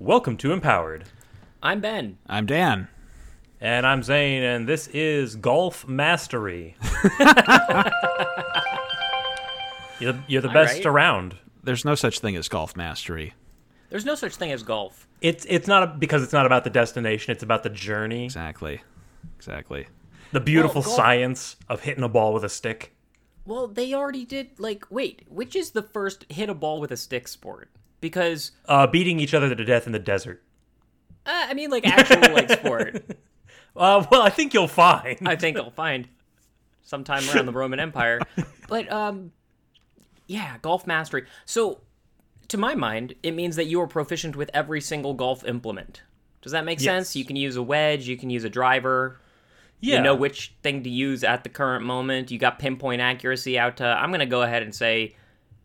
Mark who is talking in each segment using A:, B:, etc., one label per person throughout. A: Welcome to Empowered.
B: I'm Ben.
C: I'm Dan.
A: And I'm Zane, and this is Golf Mastery. you're, the- you're the
B: All
A: best
B: right.
A: around.
C: There's no such thing as golf mastery.
B: There's no such thing as golf.
A: It's it's not a, because it's not about the destination; it's about the journey,
C: Exactly. Exactly.
A: the beautiful
B: golf-
A: science of hitting a ball with a stick.
B: Well, they already did. Like, wait, which is the first hit a ball with a stick sport? Because
A: Uh, beating each other to death in the desert.
B: uh, I mean, like actual like sport.
A: Uh, well, I think you'll find.
B: I think I'll find sometime around the Roman Empire. But um, yeah, golf mastery. So, to my mind, it means that you are proficient with every single golf implement. Does that make sense? You can use a wedge. You can use a driver.
A: yeah.
B: you know which thing to use at the current moment. You got pinpoint accuracy out to, I'm going to go ahead and say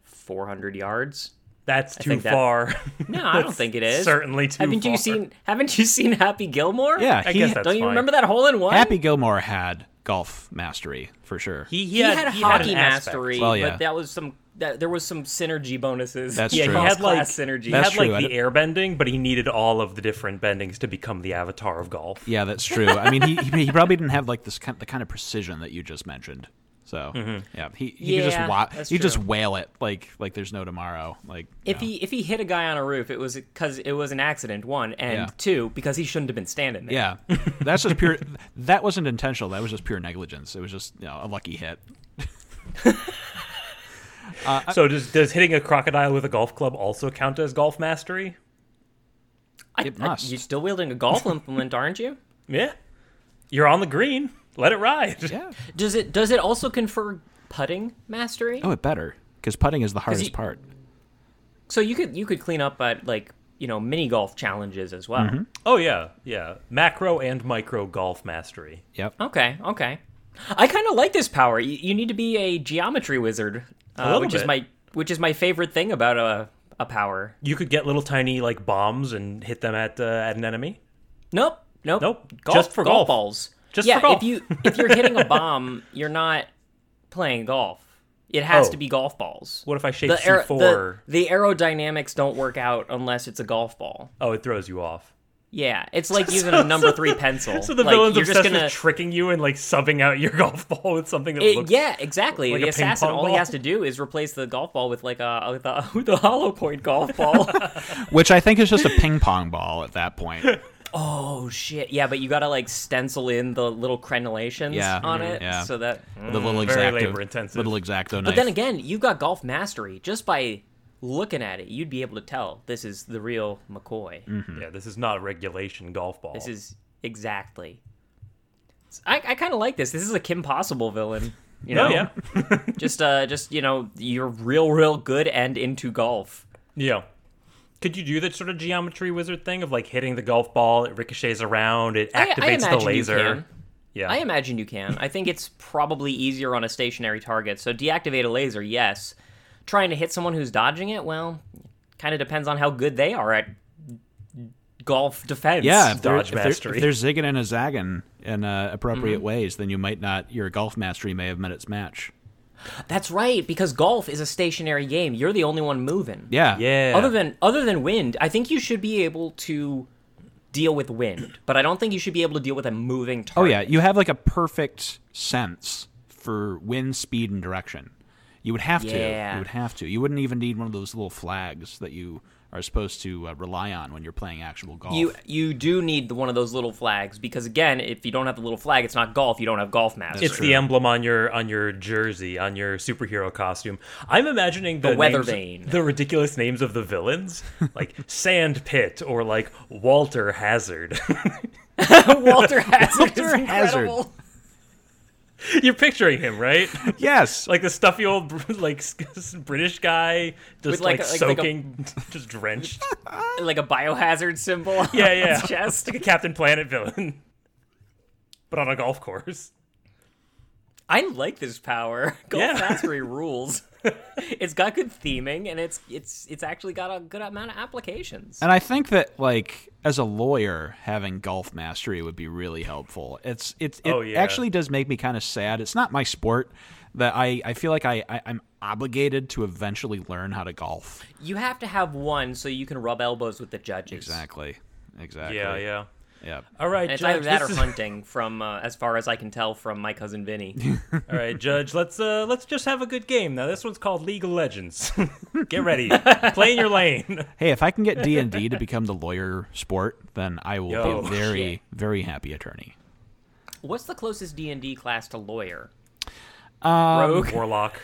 B: 400 yards.
A: that's too
B: think that-
A: far.
B: No, I don't think it is.
A: Certainly too
B: haven't
A: far.
B: you seen haven't you seen Happy Gilmore?
C: Yeah,
A: I
C: he-
A: guess that's
B: Don't you
A: fine.
B: remember that hole in one?
C: Happy Gilmore had golf mastery for sure.
A: He, he
B: he
A: had,
B: had, a
A: he had
B: hockey
A: an aspect.
B: mastery,
C: Well, yeah.
B: but that was some that, there was some synergy bonuses.
C: That's
A: Yeah,
C: true.
A: he had like
B: Cross-class synergy.
A: He
C: That's
A: had like
C: true, I
A: the
C: d-
A: air bending, but he needed all of the different bendings to become the avatar of golf.
C: Yeah, that's true. I mean, he, he he probably didn't have like this kind, the kind of precision that you just mentioned. So yeah, he he could
B: Mm-hmm. Yeah,
C: just wa-
B: that's
C: you just
B: true.
C: wail it like like there's no tomorrow. Like
B: If
C: you know.
B: he if he hit a guy on a roof, it was because it was an accident. One and
C: Yeah.
B: two because he shouldn't have been standing there.
C: yeah, that's just pure. that wasn't intentional. That was just pure negligence. It was just you know, a lucky hit.
A: so does does hitting a crocodile with a golf club also count as golf mastery?
B: I,
C: It
B: I-
C: must.
B: you're still wielding a golf implement, aren't you?
A: Yeah. You're on the green. Let it ride.
C: Yeah.
B: Does it does it also confer putting mastery?
C: Oh, it better because putting is the hardest
B: you-
C: part.
B: So you could you could clean up at like you know mini golf challenges as well.
A: Oh yeah, yeah. Macro and micro golf mastery.
C: Yep.
B: Okay, okay. I kind of like this power. You, you need to be a geometry wizard, uh,
A: little
B: which is
A: bit.
B: my which is my favorite thing about a a power.
A: You could get little tiny like bombs and hit them at uh, at an enemy.
B: Nope, nope,
A: Nope,
B: Golf,
A: just for golf.
B: balls.
A: Just
B: yeah,
A: for golf.
B: if you if you're hitting a bomb, you're not playing golf. It has
A: Oh.
B: to be golf balls.
A: What if I shape
B: the, aer-
A: C four?
B: the the aerodynamics don't work out unless it's a golf ball.
A: Oh, it throws you off.
B: Yeah, it's like using a number three pencil.
A: So the
B: like,
A: villain's
B: you're
A: obsessed
B: just gonna
A: with tricking you and like subbing out your golf ball with something that
B: It-
A: looks
B: yeah, exactly.
A: like a
B: the
A: ping
B: assassin,
A: pong
B: all he
A: ball.
B: has to do is replace the golf ball with like a with a, with a hollow point golf ball.
C: Which I think is just a ping pong ball at that point.
B: oh shit! Yeah, but you gotta like stencil in the little crenellations
C: Yeah,
B: on
A: Mm-hmm.
C: mhm,
B: it,
C: yeah.
B: so that.
C: the little
A: very
C: exacto,
A: labor-intensive.
C: little exacto
B: But
C: knife.
B: then again, you've got golf mastery just by looking at it. You'd be able to tell this is the real McCoy.
C: Mm.
A: Yeah, this is not a regulation golf ball.
B: This is exactly. I, I kind of like this. This is a Kim Possible villain. You know,
A: Oh, yeah.
B: just uh, just you know, you're real, real good and into golf.
A: Yeah. Could you do that sort of geometry wizard thing of like hitting the golf ball, it ricochets around, it
B: I- I
A: activates the
B: imagine you
A: laser?
B: can.
A: Yeah.
B: I imagine you can. I think it's probably easier on a stationary target. So deactivate a laser, yes. Trying to hit someone who's dodging it, well, kind of depends on how good they are at golf defense.
C: yeah, if they're,
A: Dodge
C: if they're-
A: mastery. Mm-hmm.
C: if they're zigging and a zagging in uh, appropriate ways, then you might not. Your golf mastery may have met its match.
B: that's right. Because golf is a stationary game. You're the only one moving.
C: Yeah,
A: Yeah.
B: Other than other than wind, I think you should be able to deal with wind, but I don't think you should be able to deal with a moving
C: Oh
B: target.
C: yeah, you have like a perfect sense for wind speed and direction. You would have to.
B: Yeah.
C: You would have to. You wouldn't even need one of those little flags that you are supposed to uh, rely on when you're playing actual golf.
B: You you do need one of those little flags because again, if you don't have the little flag, it's not golf. You don't have golf mastery.
A: it's the emblem on your on your jersey, on your superhero costume. I'm imagining the,
B: weather
A: names-
B: vane.
A: the ridiculous names of the villains, like Sand Pit or like Walter Hazard.
B: Walter Hazard.
C: Walter
B: is
C: Hazard.
B: incredible.
A: You're picturing him, right?
C: yes,
A: like the stuffy old br- like s- British guy, just
B: With,
A: like,
B: like, a- like- like a-
A: soaking, just drenched.
B: Like a biohazard symbol on
A: Yeah, yeah.
B: his chest.
A: like a Captain Planet villain, but on a golf course.
B: I like this power. Golf
A: Yeah.
B: mastery rules. it's got good theming, and it's it's it's actually got a good amount of applications.
C: And I think that like as a lawyer, having golf mastery would be really helpful. It's it's it
A: Oh, yeah.
C: actually does make me kind of sad. It's not my sport that I I feel like I, I I'm obligated to eventually learn how to golf.
B: You have to have one so you can rub elbows with the judges.
C: Exactly. Exactly.
A: Yeah, yeah.
C: Yeah.
A: All right,
B: And it's
A: Judge.
B: either that
A: this
B: or
A: is-
B: hunting, from uh, as far as I can tell from my cousin Vinny.
A: All right, Judge. Let's uh let's just have a good game now. This one's called League of Legends. Get ready. Play in your lane.
C: Hey, if I can get D and D to become the lawyer sport, then I will
A: Yo.
C: be a very,
B: Oh, Shit.
C: very happy attorney.
B: What's the closest D and D class to lawyer?
A: Rogue. Warlock.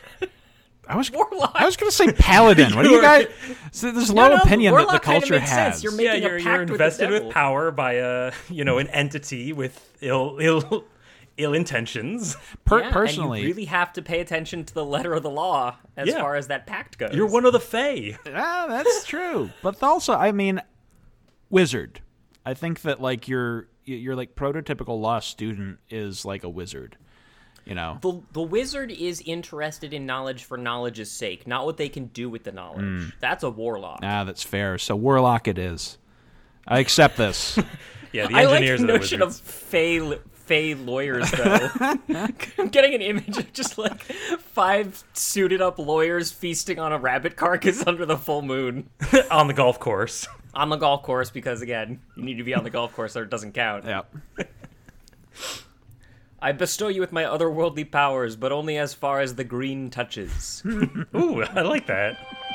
C: I was
B: Warlock.
C: I was gonna say paladin. what do you
A: were-
C: guys? So there's low
B: no,
C: opinion that the
B: warlock kinda
C: culture
B: makes sense.
C: has.
B: You're ma-
A: Yeah,
B: Making a
A: you're, you're
B: pact with the
A: invested with,
B: devil.
A: power by a you know an entity with ill ill ill intentions.
C: Per-
B: Yeah,
C: personally,
B: and you really have to pay attention to the letter of the law as
A: Yeah.
B: far as that pact goes.
A: You're one of the Fae.
C: ah, that's true. But also, I mean, wizard. I think that like your your like prototypical law student is like a wizard. You know,
B: the the wizard is interested in knowledge for knowledge's sake, not what they can do with the knowledge.
A: Hmm.
B: That's a warlock.
C: ah, that's fair. So warlock it is. I accept this.
A: Yeah, the
B: I like
A: engineers
B: the
A: are the
B: notion of
A: wizards.
B: fey, fey lawyers, though. I'm getting an image of just like five suited up lawyers feasting on a rabbit carcass under the full moon
A: on the golf course.
B: on the golf course because, again, you need to be on the golf course or it doesn't count.
C: yeah.
B: I bestow you with my otherworldly powers, but only as far as the green touches.
A: Ooh, I like that.